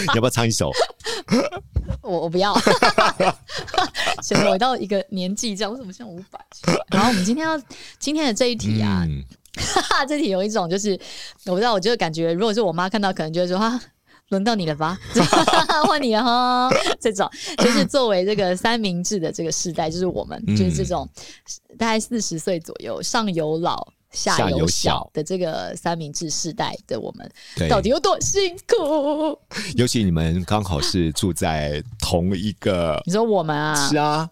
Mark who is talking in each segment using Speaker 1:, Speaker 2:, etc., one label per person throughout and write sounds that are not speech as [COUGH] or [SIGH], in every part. Speaker 1: 你要不要唱一首？
Speaker 2: 我我不要，显得我到一个年纪这样，为什么像伍佰？然后我们今天要今天的这一题啊，
Speaker 1: 嗯，
Speaker 2: [LAUGHS] 哈，这题有一种就是，我不知道，我就感觉，如果是我妈看到，可能就会说哈。轮到你了吧， [LAUGHS] 换你了哈。这种就是作为这个三明治的这个世代，就是我们、
Speaker 1: 嗯
Speaker 2: 就是这种大概四十岁左右，上有老下
Speaker 1: 下
Speaker 2: 有
Speaker 1: 有
Speaker 2: 小
Speaker 1: 小
Speaker 2: 的这个三明治世代的我们，
Speaker 1: 对，
Speaker 2: 到底有多辛苦？
Speaker 1: 尤其你们刚好是住在同一个，
Speaker 2: 你说我们啊，
Speaker 1: 是啊。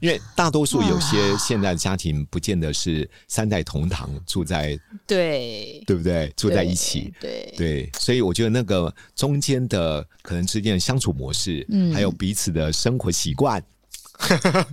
Speaker 1: 因为大多数有些现在家庭不见得是三代同堂住在，
Speaker 2: 对，
Speaker 1: 对不对？住在一起，
Speaker 2: 对，
Speaker 1: 对，所以我觉得那个中间的可能之间的相处模式，
Speaker 2: 嗯
Speaker 1: 还有彼此的生活习惯， [LAUGHS]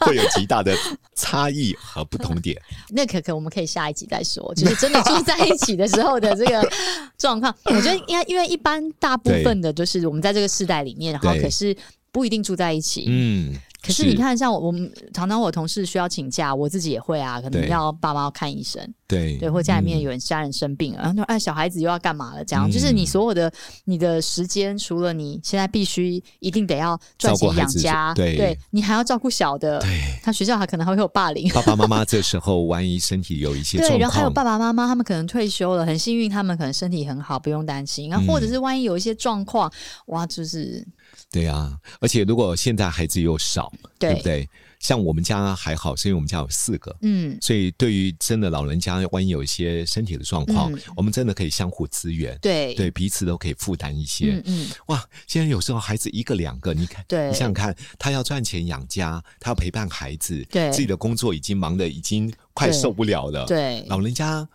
Speaker 1: 会有极大的差异和不同点。
Speaker 2: 那可可我们可以下一集再说，就是真的住在一起的时候的这
Speaker 1: [LAUGHS]
Speaker 2: 个状况。我觉得应该，因为一般大部分的就是我们在这个世代里面，然后
Speaker 1: 对
Speaker 2: 可是不一定住在一起。
Speaker 1: 嗯，
Speaker 2: 可是你，看，像我我们常常我同事需要请假，我自己也会啊，可能
Speaker 1: 对嗯
Speaker 2: 要爸妈要看医生，
Speaker 1: 对
Speaker 2: 对，或家里面有人家人生病了，然后就哎小孩子又要干嘛了，这样、就是
Speaker 1: 嗯
Speaker 2: 你所有的你的时间，除了你现在必须一定得要赚
Speaker 1: 照顾
Speaker 2: 钱
Speaker 1: 孩
Speaker 2: 养
Speaker 1: 子
Speaker 2: 家，
Speaker 1: 对
Speaker 2: 你还要照顾小的，他学校还可能还会有霸凌
Speaker 1: 嗯。爸爸妈妈这时候万一身体有一些
Speaker 2: [LAUGHS] 对，
Speaker 1: 状
Speaker 2: 然后还有
Speaker 1: 况，
Speaker 2: 爸爸妈妈，他们可能退休了，很幸运，他们可能身体很好，不用担心。然
Speaker 1: 嗯
Speaker 2: 后或者是万一有一些状况，哇，就是
Speaker 1: 对啊，而且如果现在孩子又少，
Speaker 2: 对
Speaker 1: 不对？像我们家还好，是因为我们家有四个。
Speaker 2: 嗯，
Speaker 1: 所以，对于真的老人家，万一有一些身体的状况，
Speaker 2: 嗯
Speaker 1: 我们真的可以相互支援，
Speaker 2: 对，
Speaker 1: 对彼此都可以负担一些。
Speaker 2: 嗯嗯，
Speaker 1: 哇，现在有时候孩子一个两个，你看，
Speaker 2: 对
Speaker 1: 你想想看，他要赚钱养家，他要陪伴孩子，
Speaker 2: 对
Speaker 1: 自己的工作已经忙得已经快
Speaker 2: 对
Speaker 1: 受不了了，，
Speaker 2: 对
Speaker 1: 老人家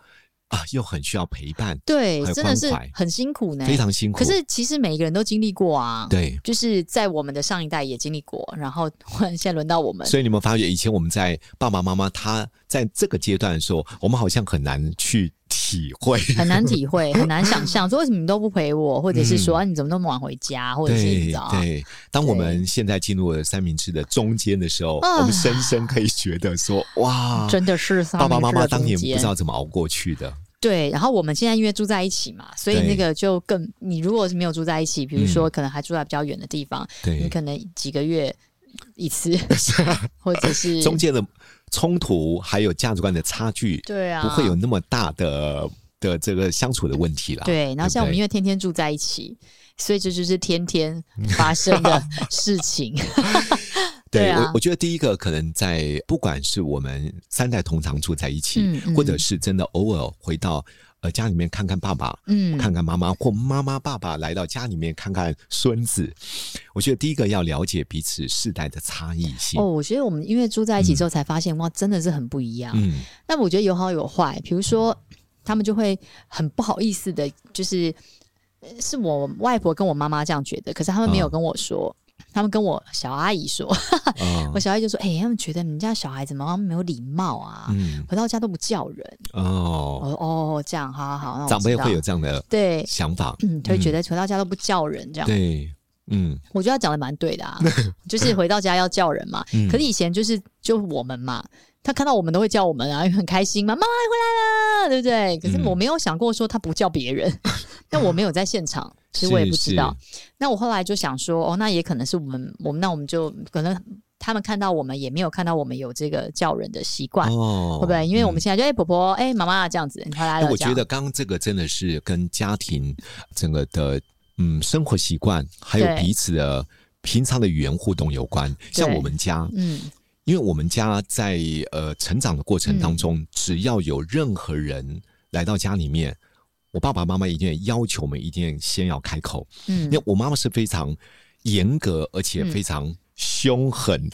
Speaker 1: 啊又很需要陪伴，
Speaker 2: 对
Speaker 1: 还，有
Speaker 2: 真的是
Speaker 1: 关怀
Speaker 2: 很辛苦呢，
Speaker 1: 非常辛苦。
Speaker 2: 可是其实每一个人都经历过啊，，
Speaker 1: 对，
Speaker 2: 就是在我们的上一代也经历过，然后 [LAUGHS] 现在轮到我们，
Speaker 1: 所以你们发觉以前我们在爸爸妈妈他在这个阶段的时候，我们好像很难去体会，
Speaker 2: 很难体
Speaker 1: [LAUGHS]
Speaker 2: 会，很难想象，说为什么你都不陪我，或者是说、
Speaker 1: 嗯
Speaker 2: 啊你怎么那么晚回家，或者是啊你
Speaker 1: 对
Speaker 2: 知道
Speaker 1: 对。当我们现在进入了三明治的中间的时候，
Speaker 2: 啊
Speaker 1: 我们深深可以觉得说，哇，
Speaker 2: [LAUGHS] 真的是三
Speaker 1: 爸爸
Speaker 2: 明
Speaker 1: 妈
Speaker 2: 治的
Speaker 1: 妈当年
Speaker 2: 中
Speaker 1: 不
Speaker 2: 间
Speaker 1: 知道怎么熬过去的。
Speaker 2: 对，然后我们现在因为住在一起嘛，所以
Speaker 1: 对嗯
Speaker 2: 那个就更，你如果是没有住在一起，比如说可能还住在比较远的地方，
Speaker 1: 对，
Speaker 2: 你可能几个月一
Speaker 1: [LAUGHS]
Speaker 2: 次，或者是
Speaker 1: 中间的冲突还有价值观的差距，
Speaker 2: 对啊，
Speaker 1: 不会有那么大的的这个相处的问题啦。
Speaker 2: 对。然后像我们因
Speaker 1: 为
Speaker 2: 为天天住在一起，所以这就是天天
Speaker 1: 嗯
Speaker 2: 发生
Speaker 1: [LAUGHS]
Speaker 2: 的事情。
Speaker 1: 对
Speaker 2: 对啊
Speaker 1: 我我觉得第一个可能在不管是我们三代同堂住在一起，
Speaker 2: 嗯嗯
Speaker 1: 或者是真的偶尔回到呃家里面看看爸爸。
Speaker 2: 嗯，
Speaker 1: 看看妈妈或妈妈、爸爸来到家里面看看孙子，我觉得第一个要了解彼此世代的差异性。
Speaker 2: 哦，我觉得我们因为住在一起之后才发现，哇，真的是很不一样。
Speaker 1: 嗯，
Speaker 2: 那我觉得有好有坏，比如说他们就会很不好意思的，就是呃是我外婆跟我妈妈这样觉得，可是他们没有
Speaker 1: 嗯
Speaker 2: 跟我说。他们跟我小阿姨说，
Speaker 1: 啊
Speaker 2: [LAUGHS] 我小阿姨就说：“哎、他们觉得你们家小孩怎么好像没有礼貌啊，
Speaker 1: 嗯
Speaker 2: 回到家都不叫人。
Speaker 1: 哦，
Speaker 2: 我说”哦，这样，好好好，那我
Speaker 1: 长辈
Speaker 2: 知道
Speaker 1: 会有这样的
Speaker 2: 对，
Speaker 1: 想法，
Speaker 2: 嗯，就会觉得回到家都不叫人这样。
Speaker 1: 对，嗯
Speaker 2: 我觉得他讲的蛮对的
Speaker 1: [LAUGHS]
Speaker 2: 啊，就是回到家要叫人嘛。
Speaker 1: 嗯
Speaker 2: 可是以前就是就我们嘛，他看到我们都会叫我们啊，因为 [LAUGHS] 很开心嘛，妈妈回来啦，对不对？可是
Speaker 1: 嗯
Speaker 2: 我没有想过说他不叫别人， [LAUGHS] 但我没有在现
Speaker 1: [LAUGHS]
Speaker 2: 场，其实我也不知道。那我后来就想说，哦，那也可能是我们，我们那我们就可能他们看到我们也没有看到我们有这个叫人的习惯，
Speaker 1: 哦
Speaker 2: 会不会？因为我
Speaker 1: 嗯
Speaker 2: 们现在就哎、婆婆哎、妈妈这样子，你回来
Speaker 1: 哎
Speaker 2: 了，
Speaker 1: 我
Speaker 2: 这样
Speaker 1: 觉得刚刚这个真的是跟家庭整个的嗯生活习惯，还有
Speaker 2: 对
Speaker 1: 彼此的平常的语言互动有关。像我们家，
Speaker 2: 嗯，
Speaker 1: 因为我们家在呃成长的过程
Speaker 2: 嗯
Speaker 1: 当中，只要有任何人来到家里面，我爸爸妈妈一定要求我们一定先要开口。
Speaker 2: 嗯
Speaker 1: 因为我妈妈是非常严格，而且非常凶
Speaker 2: 嗯
Speaker 1: [LAUGHS] 狠。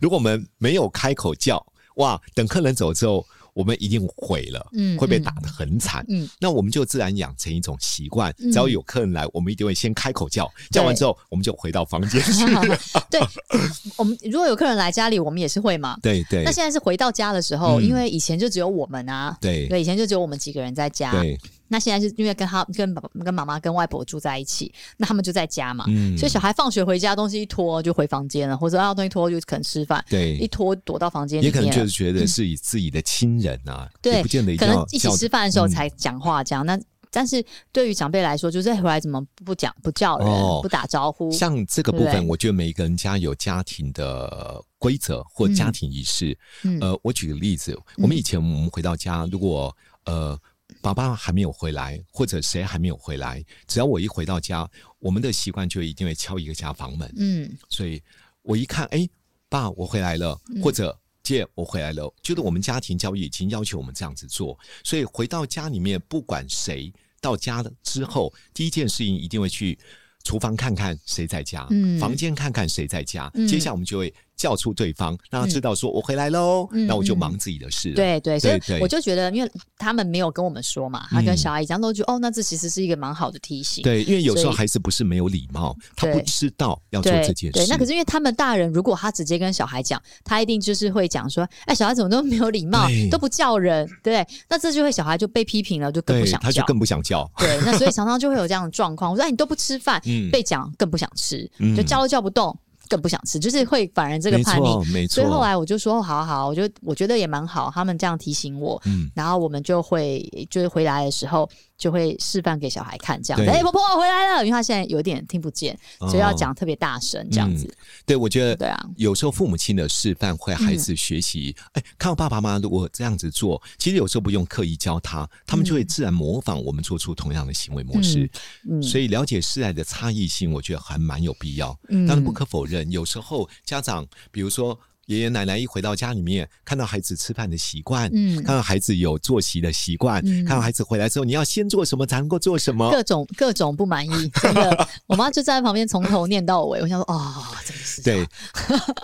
Speaker 1: 如果我们没有开口叫，哇，等客人走之后，我们一定毁了，
Speaker 2: 嗯
Speaker 1: 会被打得很惨。
Speaker 2: 嗯
Speaker 1: 那我们就自然养成一种习惯，
Speaker 2: 嗯
Speaker 1: 只要有客人来，我们一定会先开口叫，叫完之后我们就回到房间去。
Speaker 2: [LAUGHS] 对， [COUGHS] 我们如果有客人来家里，我们也是会嘛。
Speaker 1: 对对
Speaker 2: 那现在是回到家的时候，
Speaker 1: 嗯
Speaker 2: 因为以前就只有我们啊，
Speaker 1: 对
Speaker 2: 对，以前就只有我们几个人在家。
Speaker 1: 对，
Speaker 2: 那现在是因为跟他、跟爸爸、跟妈妈、跟外婆住在一起，那他们就在家嘛，
Speaker 1: 嗯
Speaker 2: 所以小孩放学回家，东西一拖就回房间了，或者啊东西拖就可能吃饭，一
Speaker 1: 对，
Speaker 2: 拖躲到房间里
Speaker 1: 也可能
Speaker 2: 面
Speaker 1: 就
Speaker 2: 了
Speaker 1: 是。觉得是以自己的亲人啊，
Speaker 2: 嗯对
Speaker 1: 也不见得一
Speaker 2: 可
Speaker 1: 定
Speaker 2: 能
Speaker 1: 要
Speaker 2: 一起
Speaker 1: 叫
Speaker 2: 吃饭的时候
Speaker 1: 嗯
Speaker 2: 才讲话这样，那但是对于长辈来说，就是哎回来怎么不讲不叫人、
Speaker 1: 哦
Speaker 2: 不打招呼，
Speaker 1: 像这个部
Speaker 2: 对不
Speaker 1: 分，
Speaker 2: 对
Speaker 1: 我觉得每一个人家有家庭的规则或家
Speaker 2: 嗯
Speaker 1: 庭仪式。
Speaker 2: 嗯
Speaker 1: 呃，我举个例子，我们以前我们回到家，如果呃爸爸还没有回来，或者谁还没有回来，只要我一回到家，我们的习惯就一定会敲一个下房门。
Speaker 2: 嗯
Speaker 1: 所以我一看，哎，爸，我回来了，或者姐，我回来了，就是我们家庭教育已经要求我们这样子做，所以回到家里面，不管谁到家了之后，第一件事情一定会去。厨房看看谁在家，
Speaker 2: 嗯
Speaker 1: 房间看看谁在家，
Speaker 2: 嗯
Speaker 1: 接下来我们就会叫出对方，让他知道说我回来喽，
Speaker 2: 嗯
Speaker 1: 那我就
Speaker 2: 嗯
Speaker 1: 忙自己的事了。
Speaker 2: 对对，所以
Speaker 1: 对嗯
Speaker 2: 我就觉得，因为他们没有跟我们说嘛，他跟小阿姨讲，都觉得哦，那这其实是一个蛮好的提醒。
Speaker 1: 对，因为有时
Speaker 2: 所
Speaker 1: 候
Speaker 2: 以
Speaker 1: 孩子不是没有礼貌，他不
Speaker 2: 对
Speaker 1: 知道要做
Speaker 2: 对
Speaker 1: 这件事。
Speaker 2: 对，那可是因为他们大人，如果他直接跟小孩讲，他一定就是会讲说：“哎，小孩怎么都没有礼貌
Speaker 1: 对，
Speaker 2: 都不叫人。”对，那这就会小孩就被批评了，就更
Speaker 1: 对
Speaker 2: 不想
Speaker 1: 他就
Speaker 2: 叫。
Speaker 1: 更不想叫。 [LAUGHS]
Speaker 2: 对，那所以常常就会有这样的状况。我说：“哎，你都不吃饭，
Speaker 1: 嗯
Speaker 2: 被讲更不想吃，
Speaker 1: 嗯
Speaker 2: 就叫都叫不动，更不想吃，就是会反而这个
Speaker 1: 没
Speaker 2: 叛逆。
Speaker 1: 错，没”错。
Speaker 2: 所以后来我就说：“好好，我就我觉得也蛮好，他们这样提醒我。”
Speaker 1: 嗯，
Speaker 2: 然后我们就会就是回来的时候就会示范给小孩看，这样子。
Speaker 1: 对
Speaker 2: 哎、婆婆我回来了，因为他现在有点听不见，
Speaker 1: 哦嗯呃
Speaker 2: 所以要讲特别大声这样子。
Speaker 1: 对，我觉得
Speaker 2: 对嗯啊，
Speaker 1: 有时候父母亲的示范会孩子学习，哎、看到爸爸妈妈如果这样子做，其实有时候不用刻意教他，他们就会自然模仿我们做出同样的行为模式。
Speaker 2: 嗯，
Speaker 1: 所以了解世代的差异性，我觉得还蛮有必要。
Speaker 2: 嗯
Speaker 1: 当然不可否认，有时候家长，比如说爷爷奶奶一回到家里面，看到孩子吃饭的习惯，
Speaker 2: 嗯
Speaker 1: 看到孩子有作息的习惯，
Speaker 2: 嗯
Speaker 1: 看到孩子回来之后，你要先做什么才能够做什么，
Speaker 2: 各种各种不满意，真
Speaker 1: [LAUGHS]
Speaker 2: 的，我妈就站在旁边从头念到尾。我想说，哦，真的是
Speaker 1: 对，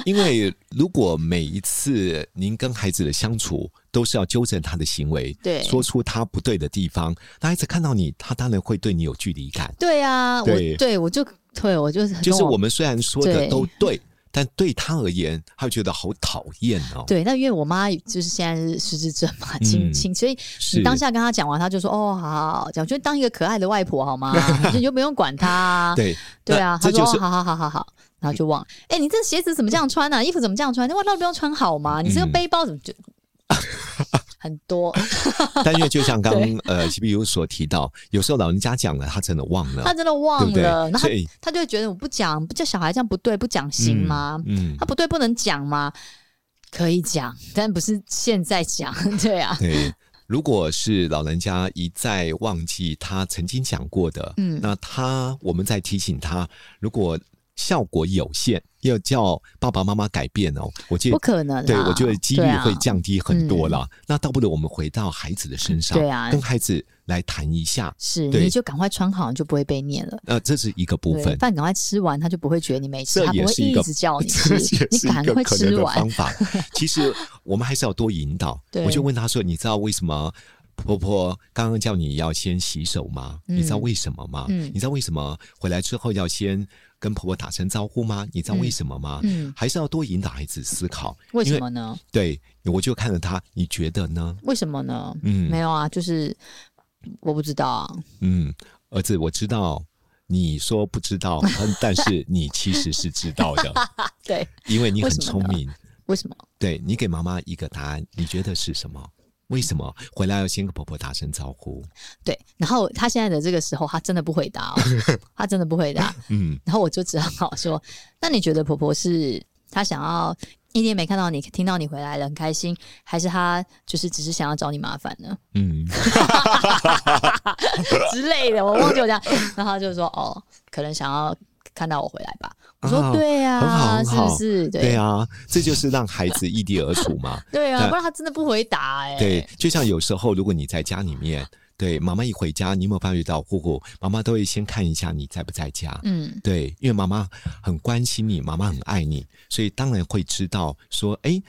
Speaker 1: 因为如果每一次您跟孩子的相处都是要纠正他的行为，
Speaker 2: 对
Speaker 1: 说出他不对的地方，那孩子看到你，他当然会对你有距离感。
Speaker 2: 对啊，
Speaker 1: 对
Speaker 2: 我对我就对我就是
Speaker 1: 就
Speaker 2: 跟
Speaker 1: 是我们虽然说的
Speaker 2: 对
Speaker 1: 都对，但对他而言，他会觉得好讨厌哦。
Speaker 2: 对，那因为我妈就是现在是失智症嘛，亲
Speaker 1: 嗯
Speaker 2: 亲，所以
Speaker 1: 是
Speaker 2: 你当下跟她讲完，她就说：“哦，好好好，讲就当一个可爱的外婆好
Speaker 1: [LAUGHS]
Speaker 2: 吗？你就不用管她啊。”
Speaker 1: 对
Speaker 2: 对
Speaker 1: 那
Speaker 2: 啊，他
Speaker 1: 这
Speaker 2: 说、
Speaker 1: 就是
Speaker 2: 哦好好好好好，然后就忘了。哎、你这鞋子怎么这样穿呢、啊衣服怎么这样穿？那外套不用穿好吗？你这个
Speaker 1: 嗯
Speaker 2: 背包怎么就、很
Speaker 1: [LAUGHS]
Speaker 2: 多？
Speaker 1: 但因为就
Speaker 2: [LAUGHS]
Speaker 1: 像刚
Speaker 2: 对
Speaker 1: 呃 CPU 所提到，有时候老人家讲了，他真的忘了
Speaker 2: 他，真的忘
Speaker 1: 对不对
Speaker 2: 了，？然后
Speaker 1: 所
Speaker 2: 他
Speaker 1: 以
Speaker 2: 他就会觉得我不讲，不叫小孩这样不对，不讲行吗？
Speaker 1: 嗯
Speaker 2: 他，不对不能讲吗？可以讲，但不是现在讲， [LAUGHS] 对啊，
Speaker 1: 对，如果是老人家一再忘记他曾经讲过的，
Speaker 2: 嗯
Speaker 1: 那他我们再提醒他，如果效果有限，要叫爸爸妈妈改变哦，我觉
Speaker 2: 不
Speaker 1: 得。
Speaker 2: 可能啦。
Speaker 1: 对，我觉得几率
Speaker 2: 对啊
Speaker 1: 会降低很多啦。那倒不如我们回到孩子的身上，
Speaker 2: 对啊
Speaker 1: 跟孩子来谈一下。
Speaker 2: 是，
Speaker 1: 对
Speaker 2: 你就赶快穿好，你就不会被念了。
Speaker 1: 呃，这是一个部
Speaker 2: 对
Speaker 1: 分，
Speaker 2: 饭赶快吃完，他就不会觉得你没吃，
Speaker 1: 这
Speaker 2: 他
Speaker 1: 也
Speaker 2: 不会
Speaker 1: 是一
Speaker 2: 一
Speaker 1: 个
Speaker 2: 直
Speaker 1: [LAUGHS]
Speaker 2: 叫你吃
Speaker 1: 这也，
Speaker 2: 你
Speaker 1: 是一
Speaker 2: 赶
Speaker 1: 个
Speaker 2: 快
Speaker 1: 可能
Speaker 2: 吃
Speaker 1: 的
Speaker 2: 完
Speaker 1: 方。法。
Speaker 2: [LAUGHS]
Speaker 1: 其实我们还是要多引导。
Speaker 2: 对
Speaker 1: 我就问他说：“你知道为什么婆婆刚刚叫你要先洗手吗？
Speaker 2: 嗯
Speaker 1: 你知道为什么吗？
Speaker 2: 嗯
Speaker 1: 你知道为什么回来之后要先跟婆婆打声招呼吗？你知道为什么吗？
Speaker 2: 嗯，
Speaker 1: 还是要多引导孩子思考。
Speaker 2: 为
Speaker 1: 因
Speaker 2: 什么呢？
Speaker 1: 对，我就看着他，你觉得呢？
Speaker 2: 为什么呢？
Speaker 1: 嗯
Speaker 2: 没有啊，就是我不知道啊。
Speaker 1: 嗯，儿子，我知道。”你说不知道，但 [LAUGHS] 是你其实是知道的，
Speaker 2: 对，
Speaker 1: 因为你很
Speaker 2: 为什么
Speaker 1: 聪
Speaker 2: 呢
Speaker 1: 明。
Speaker 2: 为什么？
Speaker 1: 对你给妈妈一个答案，你觉得是什么？为什么回来要先跟婆婆打声招呼？
Speaker 2: 对，然后他现在的这个时候，他真的不回
Speaker 1: [LAUGHS]
Speaker 2: 答、哦，他真的不回答。
Speaker 1: 嗯，
Speaker 2: 然后我就只好说：“那你觉得婆婆是她想要一天没看到你，听到你回来了很开心，还是她就是只是想要找你麻烦呢
Speaker 1: 嗯，
Speaker 2: 之类的？”我忘记我讲，然后他就说：“哦，可能想要看到我回来吧。”我说：“
Speaker 1: 啊
Speaker 2: 对呀、
Speaker 1: 很好
Speaker 2: 啊，
Speaker 1: 很
Speaker 2: 是
Speaker 1: 好
Speaker 2: 不是？
Speaker 1: 对
Speaker 2: 对
Speaker 1: 啊，这就是让孩子异地而处
Speaker 2: [LAUGHS]
Speaker 1: 嘛。
Speaker 2: 对啊，
Speaker 1: 但
Speaker 2: 不然他真的不回答哎、
Speaker 1: 对，就像有时候如果你在家里面，对妈妈一回家，你有没有发觉到，呼呼，妈妈都会先看一下你在不在家。
Speaker 2: 嗯，
Speaker 1: 对，因为妈妈很关心你，妈妈很爱你，所以当然会知道说，哎，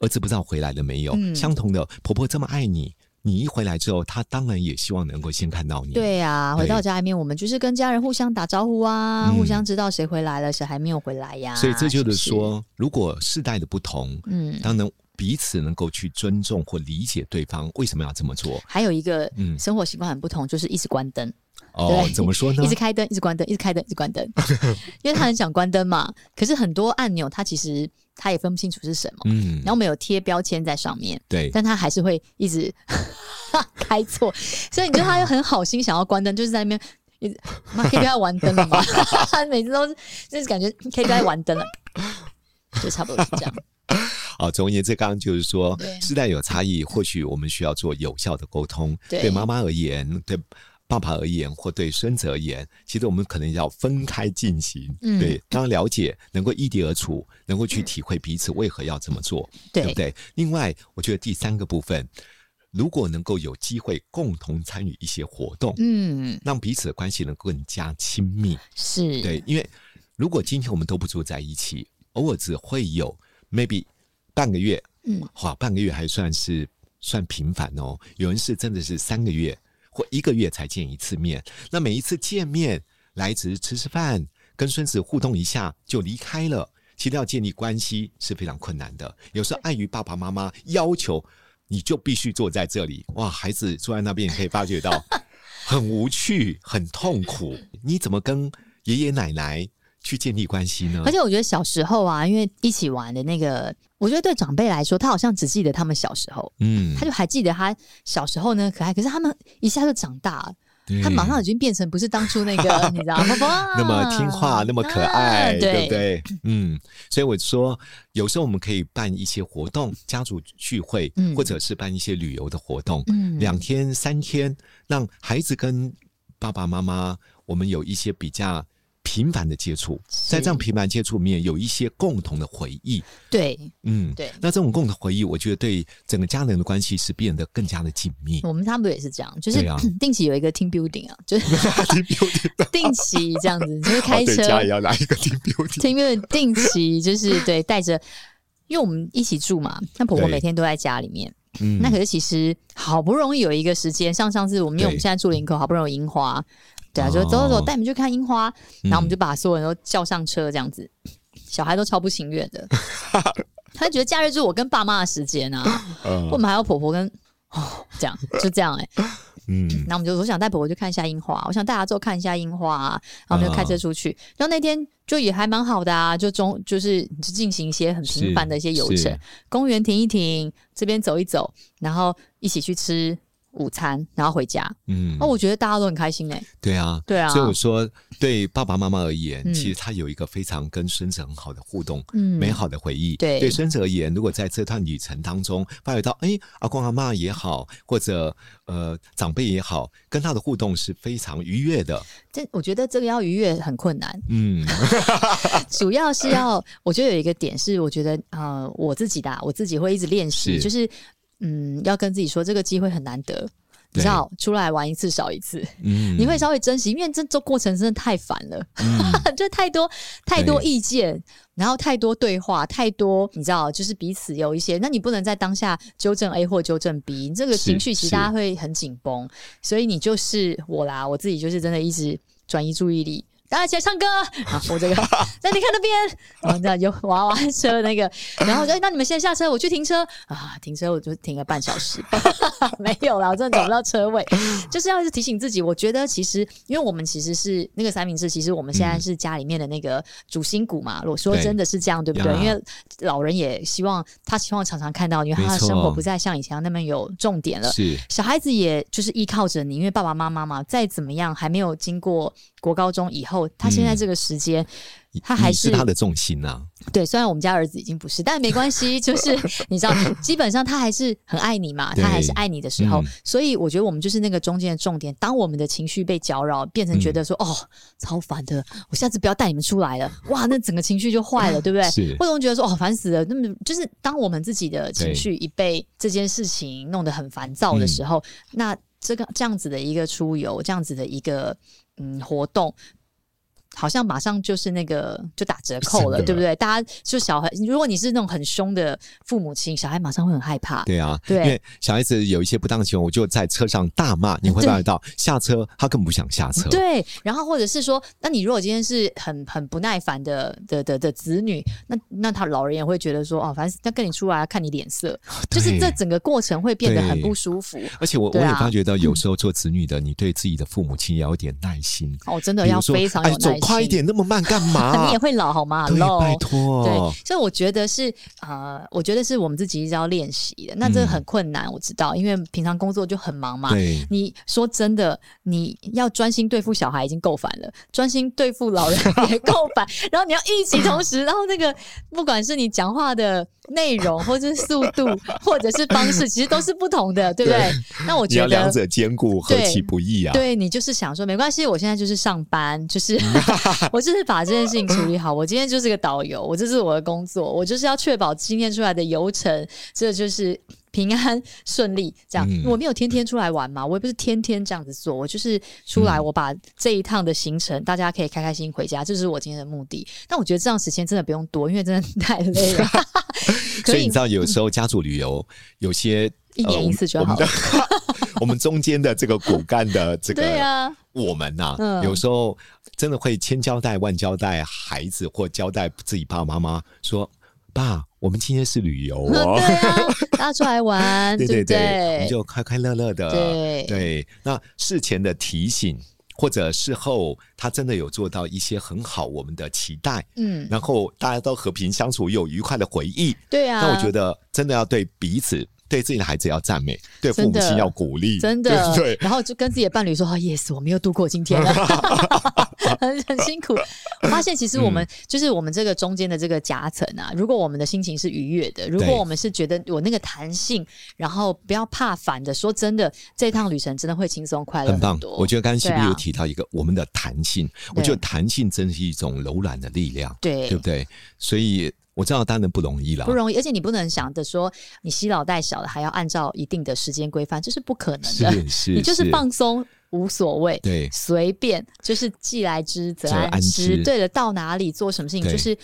Speaker 1: 儿子不知道回来了没有。
Speaker 2: 嗯
Speaker 1: 相同的，婆婆这么爱你，你一回来之后，她当然也希望能够先看到你。
Speaker 2: 对呀、
Speaker 1: 对
Speaker 2: 回到家里面，我们就是跟家人互相打招呼啊，
Speaker 1: 嗯
Speaker 2: 互相知道谁回来了，谁还没有回来呀。
Speaker 1: 所以这就
Speaker 2: 啊
Speaker 1: 是
Speaker 2: 不
Speaker 1: 说，如果世代的不同，
Speaker 2: 嗯，
Speaker 1: 当然彼此能够去尊重或理解对方为什么要这么做。
Speaker 2: 还有一个
Speaker 1: 嗯
Speaker 2: 生活习惯很不同，就是一直关灯，
Speaker 1: 哦
Speaker 2: 对，
Speaker 1: 怎么说呢
Speaker 2: 一？直开灯，一直关灯，一直开灯，一直关灯，
Speaker 1: [LAUGHS]
Speaker 2: 因为他很想关灯嘛。可是很多按钮，他其实他也分不清楚是什么。
Speaker 1: 嗯
Speaker 2: 然，后我们有贴标签在上面，
Speaker 1: 对，
Speaker 2: 但他还是会一直 [LAUGHS] 开错，所以你知道他又很好心想要关灯，就是在那边一直妈可以不要玩灯了吗？ [LAUGHS] 每次都是就是感觉可以不要玩灯了，就差不多是这样。
Speaker 1: 哦，总而言之，刚刚就是说
Speaker 2: 对，
Speaker 1: 世代有差异，或许我们需要做有效的沟通。
Speaker 2: 对
Speaker 1: 妈妈而言，对爸爸而言，或对孙子而言，其实我们可能要分开进行。
Speaker 2: 嗯
Speaker 1: 对，当然了解，能够异地而处，能够去体会彼此为何要这么做，对
Speaker 2: 对
Speaker 1: 不对？另外，我觉得第三个部分，如果能够有机会共同参与一些活动，
Speaker 2: 嗯，
Speaker 1: 让彼此的关系能更加亲密。
Speaker 2: 是，
Speaker 1: 对，因为如果今天我们都不住在一起，偶尔只会有 maybe 半个月，
Speaker 2: 嗯，
Speaker 1: 哇，半个月还算是算频繁哦。有人是真的是三个月或一个月才见一次面，那每一次见面来只是吃吃饭，跟孙子互动一下就离开了。其实要建立关系是非常困难的，有时候碍于爸爸妈妈要求，你就必须坐在这里。哇，孩子坐在那边，你可以发觉
Speaker 2: [LAUGHS]
Speaker 1: 到很无趣、很痛苦。你怎么跟爷爷奶奶去建立关系呢
Speaker 2: 而？且我觉得小时候啊，因为一起玩的那个，我觉得对长辈来说，他好像只记得他们小时候，
Speaker 1: 嗯
Speaker 2: 他就还记得他小时候呢可爱，可是他们一下就长大了，
Speaker 1: 对
Speaker 2: 他马上已经变成不是当初那
Speaker 1: [LAUGHS]
Speaker 2: 个，你知道吗？哇
Speaker 1: 嗯那么听话，那么可爱，
Speaker 2: 啊
Speaker 1: 对不对？嗯，所以我说，有时候我们可以办一些活动，家族聚会，
Speaker 2: 嗯
Speaker 1: 或者是办一些旅游的活动，
Speaker 2: 嗯
Speaker 1: 两天三天，让孩子跟爸爸妈妈，我们有一些比较频繁的接触，
Speaker 2: 是
Speaker 1: 在这样频繁接触里面，有一些共同的回忆，
Speaker 2: 对
Speaker 1: 嗯，
Speaker 2: 对，
Speaker 1: 那这种共同回忆，我觉得对整个家人的关系是变得更加的紧密。
Speaker 2: 我们差不多也是这样，就是
Speaker 1: 对啊
Speaker 2: [LAUGHS] 定期有一个 team building 啊，就是
Speaker 1: [LAUGHS]
Speaker 2: [LAUGHS] 定期这样子，就是开
Speaker 1: 哦对
Speaker 2: 车、
Speaker 1: 家也要来一个 team building，
Speaker 2: team building 定期就是对带着，因为我们一起住嘛，那婆婆
Speaker 1: 对
Speaker 2: 每天都在家里面，
Speaker 1: 嗯
Speaker 2: 那可是其实好不容易有一个时间，像上次我们因为我们
Speaker 1: 对
Speaker 2: 现在住林口，好不容易有樱花，对啊，就
Speaker 1: 哦
Speaker 2: 走走走，带你们去看樱花，然后我们
Speaker 1: 嗯
Speaker 2: 就把所有人都叫上车，这样子，小孩都超不情愿
Speaker 1: [LAUGHS]
Speaker 2: 的，他觉得假日就是我跟爸妈的时间啊，
Speaker 1: 呃
Speaker 2: 我们还有婆婆跟。哦，这样就这样哎、
Speaker 1: 嗯
Speaker 2: 然后我们就说我想带婆婆去看一下樱花，啊我想带她之后看一下樱花、啊，然后我们就开车出
Speaker 1: 嗯
Speaker 2: 去。然后那天就也还蛮好的啊，就中就是就进行一些很频繁的一些游
Speaker 1: 是
Speaker 2: 程，公园停一停，这边走一走，然后一起去吃午餐，然后回家。
Speaker 1: 嗯
Speaker 2: 哦，我觉得大家都很开心哎、
Speaker 1: 对啊，
Speaker 2: 对啊
Speaker 1: 所以我说，对爸爸妈妈而言，
Speaker 2: 嗯
Speaker 1: 其实他有一个非常跟孙子很好的互动，
Speaker 2: 嗯
Speaker 1: 美好的回忆。
Speaker 2: 对
Speaker 1: 对孙子而言，如果在这段旅程当中发觉到，哎，阿公阿妈也好，或者呃长辈也好，跟他的互动是非常愉悦
Speaker 2: [LAUGHS]
Speaker 1: 的。
Speaker 2: 这我觉得这个要愉悦很困难，
Speaker 1: 嗯，
Speaker 2: 主要是要，我觉得有一个点是，我觉得呃，我自己的啊我自己会一直练习，
Speaker 1: 是
Speaker 2: 就是嗯，要跟自己说这个机会很难得，你
Speaker 1: 对
Speaker 2: 知道，出来玩一次少一次，
Speaker 1: 嗯
Speaker 2: 你会啊稍微珍惜，因为这这过程真的太烦了， [LAUGHS] 就太多太多
Speaker 1: 对
Speaker 2: 意见，然后太多对话，太多你知道，就是彼此有一些，那你不能在当下纠正 A 或纠正 B，你这个
Speaker 1: 是
Speaker 2: 情绪其
Speaker 1: 是
Speaker 2: 实大家会很紧绷，所以你就是我啦，我自己就是真的一直转移注意力。大家起来唱歌，然后我
Speaker 1: [LAUGHS]
Speaker 2: 这个，那你看那边，然后这样有娃娃车那个， [LAUGHS] 然后我就、哎那你们先下车，我去停车啊，停车我就停了半小时， [LAUGHS] 没有啦，我真的找不到车位，就是要一直提醒自己。我觉得其实，因为我们其实是那个三明治，其实我们现在是家里面的那个主心骨嘛。我说
Speaker 1: 嗯对
Speaker 2: 真的是这样，对不对？
Speaker 1: 呀
Speaker 2: 因为老人也希望他希望常常看到你，因为他
Speaker 1: 没
Speaker 2: 的
Speaker 1: 错
Speaker 2: 生活不再像以前那么有重点了。
Speaker 1: 嗯是
Speaker 2: 小孩子也就是依靠着你，因为爸爸妈妈嘛，再怎么样还没有经过国高中以后，他现在这个时间，他还
Speaker 1: 嗯你嗯是
Speaker 2: 是
Speaker 1: 他的重心啊呐、
Speaker 2: 对，虽然我们家儿子已经不是，但没关系，
Speaker 1: [LAUGHS]
Speaker 2: 就是你知道，基本上他还是很爱你嘛，
Speaker 1: 对
Speaker 2: 他还是爱你的时候，
Speaker 1: 嗯
Speaker 2: 所以我觉得我们就是那个中间的重点。当我们的情绪被搅扰，变成
Speaker 1: 嗯
Speaker 2: 觉得说、哦超烦的，我下次不要带你们出来了，哇，那整个情绪就坏
Speaker 1: [LAUGHS]
Speaker 2: 了，对不对？
Speaker 1: 是
Speaker 2: 或者我们觉得说哦烦死了，那么就是当我们自己的情绪一被这件事情弄得很烦躁的时候，那这个这样子的一个出游，这样子的一个嗯活动。好像马上就是那个就打折扣了，
Speaker 1: 真的
Speaker 2: 对不对？大家就小孩，如果你是那种很凶的父母亲，小孩马上会很害怕。
Speaker 1: 对啊，
Speaker 2: 对
Speaker 1: 因为小孩子有一些不当行为，我就在车上大骂，你会发觉到下车他更不想下车。
Speaker 2: 对，然后或者是说，那你如果今天是很很不耐烦的的的的子女，那那他老人也会觉得说，哦，反正那跟你出来看你脸色，
Speaker 1: [LAUGHS]
Speaker 2: 就是这整个过程会变得很不舒服。
Speaker 1: 而且我、我
Speaker 2: 对
Speaker 1: 也
Speaker 2: 啊
Speaker 1: 发觉到，有时候做子女的，你对自己的父母亲也要有点耐心。
Speaker 2: 哦，真的
Speaker 1: 比
Speaker 2: 要
Speaker 1: 如说
Speaker 2: 非常
Speaker 1: 哎
Speaker 2: 有，
Speaker 1: 走
Speaker 2: 耐心。
Speaker 1: 快一点，那么慢干
Speaker 2: [LAUGHS]
Speaker 1: 嘛？
Speaker 2: 你也会老好吗
Speaker 1: 对，
Speaker 2: ？Hello，
Speaker 1: 拜托
Speaker 2: 对，，所以我觉得是呃，我觉得是我们自己一直要练习的。那这
Speaker 1: 嗯
Speaker 2: 很困难，我知道，因为平常工作就很忙嘛。
Speaker 1: 对
Speaker 2: 你说真的，你要专心对付小孩已经够烦了，专心对付老人也够
Speaker 1: [LAUGHS]
Speaker 2: 烦，然后你要一起同时，然后那个不管是你讲话的内容，或者是速
Speaker 1: [LAUGHS]
Speaker 2: 度，或者是方式，其实都是不同的，对不对？那我
Speaker 1: 你
Speaker 2: 觉
Speaker 1: 要两
Speaker 2: 得。
Speaker 1: 者兼顾，何
Speaker 2: 对
Speaker 1: 其不易啊！
Speaker 2: 对你就是想说没关系，我现在就是上班，就是
Speaker 1: [LAUGHS]
Speaker 2: [LAUGHS] 我就是把这件事情处理好。我今天就是个导游，我这是我的工作，我就是要确保今天出来的游程，这就是平安顺利。这样、
Speaker 1: 嗯
Speaker 2: 我没有天天出来玩嘛，我也不是天天这样子做，我就是出来，
Speaker 1: 嗯
Speaker 2: 我把这一趟的行程，大家可以开开心心回家，这是我今天的目的。但我觉得这样时间真的不用多，因为真的太累
Speaker 1: [LAUGHS]
Speaker 2: 了。可
Speaker 1: 所
Speaker 2: 以
Speaker 1: 以你知道，有时候家族旅游有些
Speaker 2: 一年一次就好了。
Speaker 1: 呃我们 [LAUGHS] 我们中间的这个骨干的这个
Speaker 2: 对啊，
Speaker 1: 我们呐、
Speaker 2: 嗯
Speaker 1: 有时候真的会千交代万交代孩子，或交代自己爸爸妈妈说：“爸，我们今天是旅游哦。
Speaker 2: [LAUGHS] 对啊，大家出来玩，
Speaker 1: 对
Speaker 2: 不
Speaker 1: 对对，我们就快快乐乐的。
Speaker 2: 嗯对
Speaker 1: 对，那事前的提醒，或者事后他真的有做到一些很好我们的期待，
Speaker 2: 嗯，
Speaker 1: 然后大家都和平相处，有愉快的回忆。
Speaker 2: 对啊。
Speaker 1: 那我觉得真的要对彼此、对自己的孩子要赞美，对父母
Speaker 2: 真的
Speaker 1: 亲要鼓励，
Speaker 2: 真的，
Speaker 1: 对
Speaker 2: 然后就跟自己的伴侣说、啊 yes，我们又度过今
Speaker 1: [LAUGHS]
Speaker 2: 天了，很很辛苦。我发现其实我
Speaker 1: 嗯
Speaker 2: 们、就是我们这个中间的这个夹层啊，如果我们的心情是愉悦的，如果
Speaker 1: 对
Speaker 2: 我们是觉得有那个弹性，然后不要怕烦的，说真的，这趟旅程真的会轻松快乐
Speaker 1: 很棒
Speaker 2: 多。，
Speaker 1: 我觉得刚刚西
Speaker 2: 对
Speaker 1: 碧
Speaker 2: 啊
Speaker 1: 有提到一个我们的弹性，我觉得弹性真是一种柔软的力量，
Speaker 2: 对
Speaker 1: 对不对？所以我知道当然不容易啦，
Speaker 2: 不容易，而且你不能想着说你西老带小的还要按照一定的时间规范，这是不可能的。
Speaker 1: 是是，
Speaker 2: 啊你就是放松，无所谓，[LAUGHS]
Speaker 1: 对
Speaker 2: 随便，就是既来之则
Speaker 1: 则安
Speaker 2: 安
Speaker 1: 之
Speaker 2: 之。对了，到哪里做什么事情，
Speaker 1: 对
Speaker 2: 就是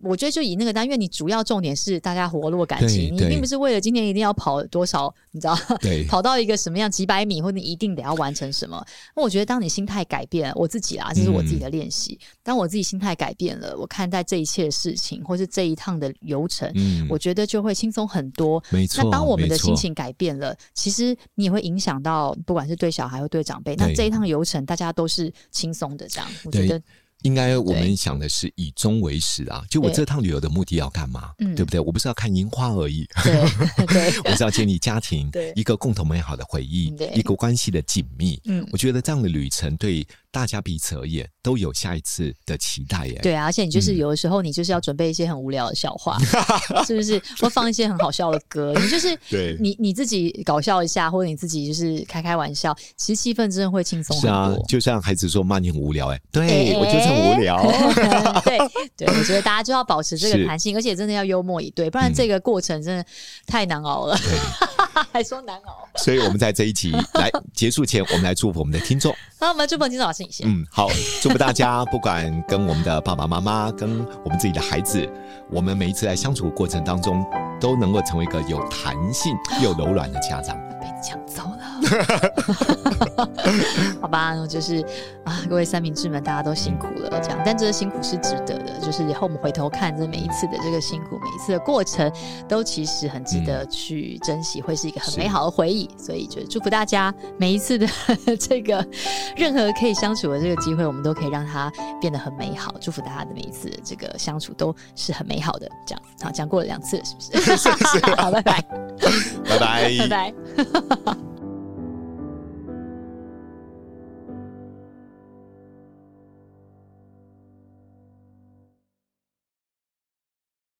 Speaker 2: 我觉得就以那个单，因为你主要重点是大家活络感情，
Speaker 1: 对
Speaker 2: 你
Speaker 1: 对
Speaker 2: 并不是为了今天一定要跑多少，你知道，
Speaker 1: 对
Speaker 2: [LAUGHS] 跑到一个什么样几百米，或者你一定得要完成什么。那我觉得当你心态改变，我自己啦，啊这是我自
Speaker 1: 嗯
Speaker 2: 己的练习。当我自己心态改变了，我看待这一切事情，或是这一趟的游程，
Speaker 1: 嗯
Speaker 2: 我觉得就会轻松很多。
Speaker 1: 没错
Speaker 2: 那当我们的
Speaker 1: 没错
Speaker 2: 心情改变了，其实你也会影响到，不管是对小孩或对长辈。那
Speaker 1: 对
Speaker 2: 这一趟游程，大家都是轻松的，这样我觉
Speaker 1: 对
Speaker 2: 得
Speaker 1: 应该我们
Speaker 2: 对
Speaker 1: 想的是以终为始啊，就我
Speaker 2: 对
Speaker 1: 这趟旅游的目的要干嘛，
Speaker 2: 嗯
Speaker 1: 对不对？我不是要看樱花
Speaker 2: [LAUGHS]
Speaker 1: 而已，
Speaker 2: 对对，
Speaker 1: [LAUGHS] 我是要建立家庭
Speaker 2: 对，
Speaker 1: 一个共同美好的回忆
Speaker 2: 对，
Speaker 1: 一个关系的紧密。
Speaker 2: 嗯。
Speaker 1: 我觉得这样的旅程对大家彼此而言都有下一次的期待耶。
Speaker 2: 对啊，而且你就是
Speaker 1: 嗯
Speaker 2: 有的时候，你就是要准备一些很无聊的笑
Speaker 1: [LAUGHS]
Speaker 2: 话，是不是？或放一些很好笑的歌，你就是
Speaker 1: 对
Speaker 2: 你你自己搞笑一下，或者你自己就是开开玩笑，其实气氛真的会轻松
Speaker 1: 是
Speaker 2: 很
Speaker 1: 啊
Speaker 2: 多，。
Speaker 1: 就像孩子说骂你很无聊、哎，对、
Speaker 2: 哎
Speaker 1: 我就是很无聊。 [LAUGHS]
Speaker 2: [LAUGHS] 对对，我觉得大家就要保持这
Speaker 1: 是嗯
Speaker 2: 个弹性，而且真的要幽默以对，不然这个过程真的太难熬了。 [LAUGHS] 还说难熬，
Speaker 1: 所以我们在这一集来结束前，我们来祝福我们的听众。
Speaker 2: 那我们朱鹏今早是你先。
Speaker 1: 嗯，好，祝福大家， [LAUGHS] 不管跟我们的爸爸妈妈，跟我们自己的孩子，我们每一次在相处过程当中，都能够成为一个有弹性又柔软的家长。
Speaker 2: 被抢走了。 [LAUGHS] 好吧，那就是啊，各位三明治们，大家都辛苦了，这样，但这个辛苦是值得的。就是以后我们回头看这每一次的这个辛苦，每一次的过程，都其实很值得去珍惜，会是一个很
Speaker 1: 是
Speaker 2: 美 [LAUGHS] 好的回忆。所以，就祝福大家每一次的这个任何可以相处的这个机会，我们都可以让它变得很美好。祝福大家的每一次这个相处都是很美好的。这样，好，讲过了两次了，是不是？好，拜拜， [LAUGHS]
Speaker 1: 拜拜，
Speaker 2: 拜拜。